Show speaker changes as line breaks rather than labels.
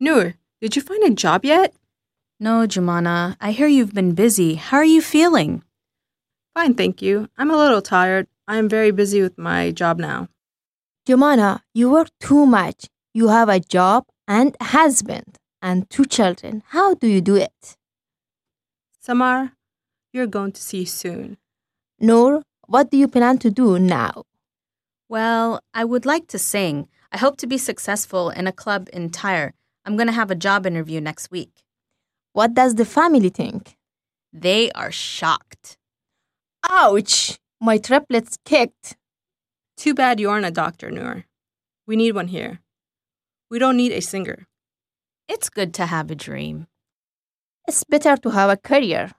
Noor, did you find a job yet?
No, Jumana, I hear you've been busy. How are you feeling?
Fine, thank you. I'm a little tired. I am very busy with my job now.
Jumana, you work too much. You have a job and a husband and two children. How do you do it?
Samar, you're going to see soon.
Noor, what do you plan to do now?
Well, I would like to sing. I hope to be successful in a club in Tyre. I'm going to have a job interview next week.
What does the family think?
They are shocked.
Ouch! My triplets kicked.
Too bad you aren't a doctor, Noor. We need one here. We don't need a singer.
It's good to have a dream.
It's better to have a career.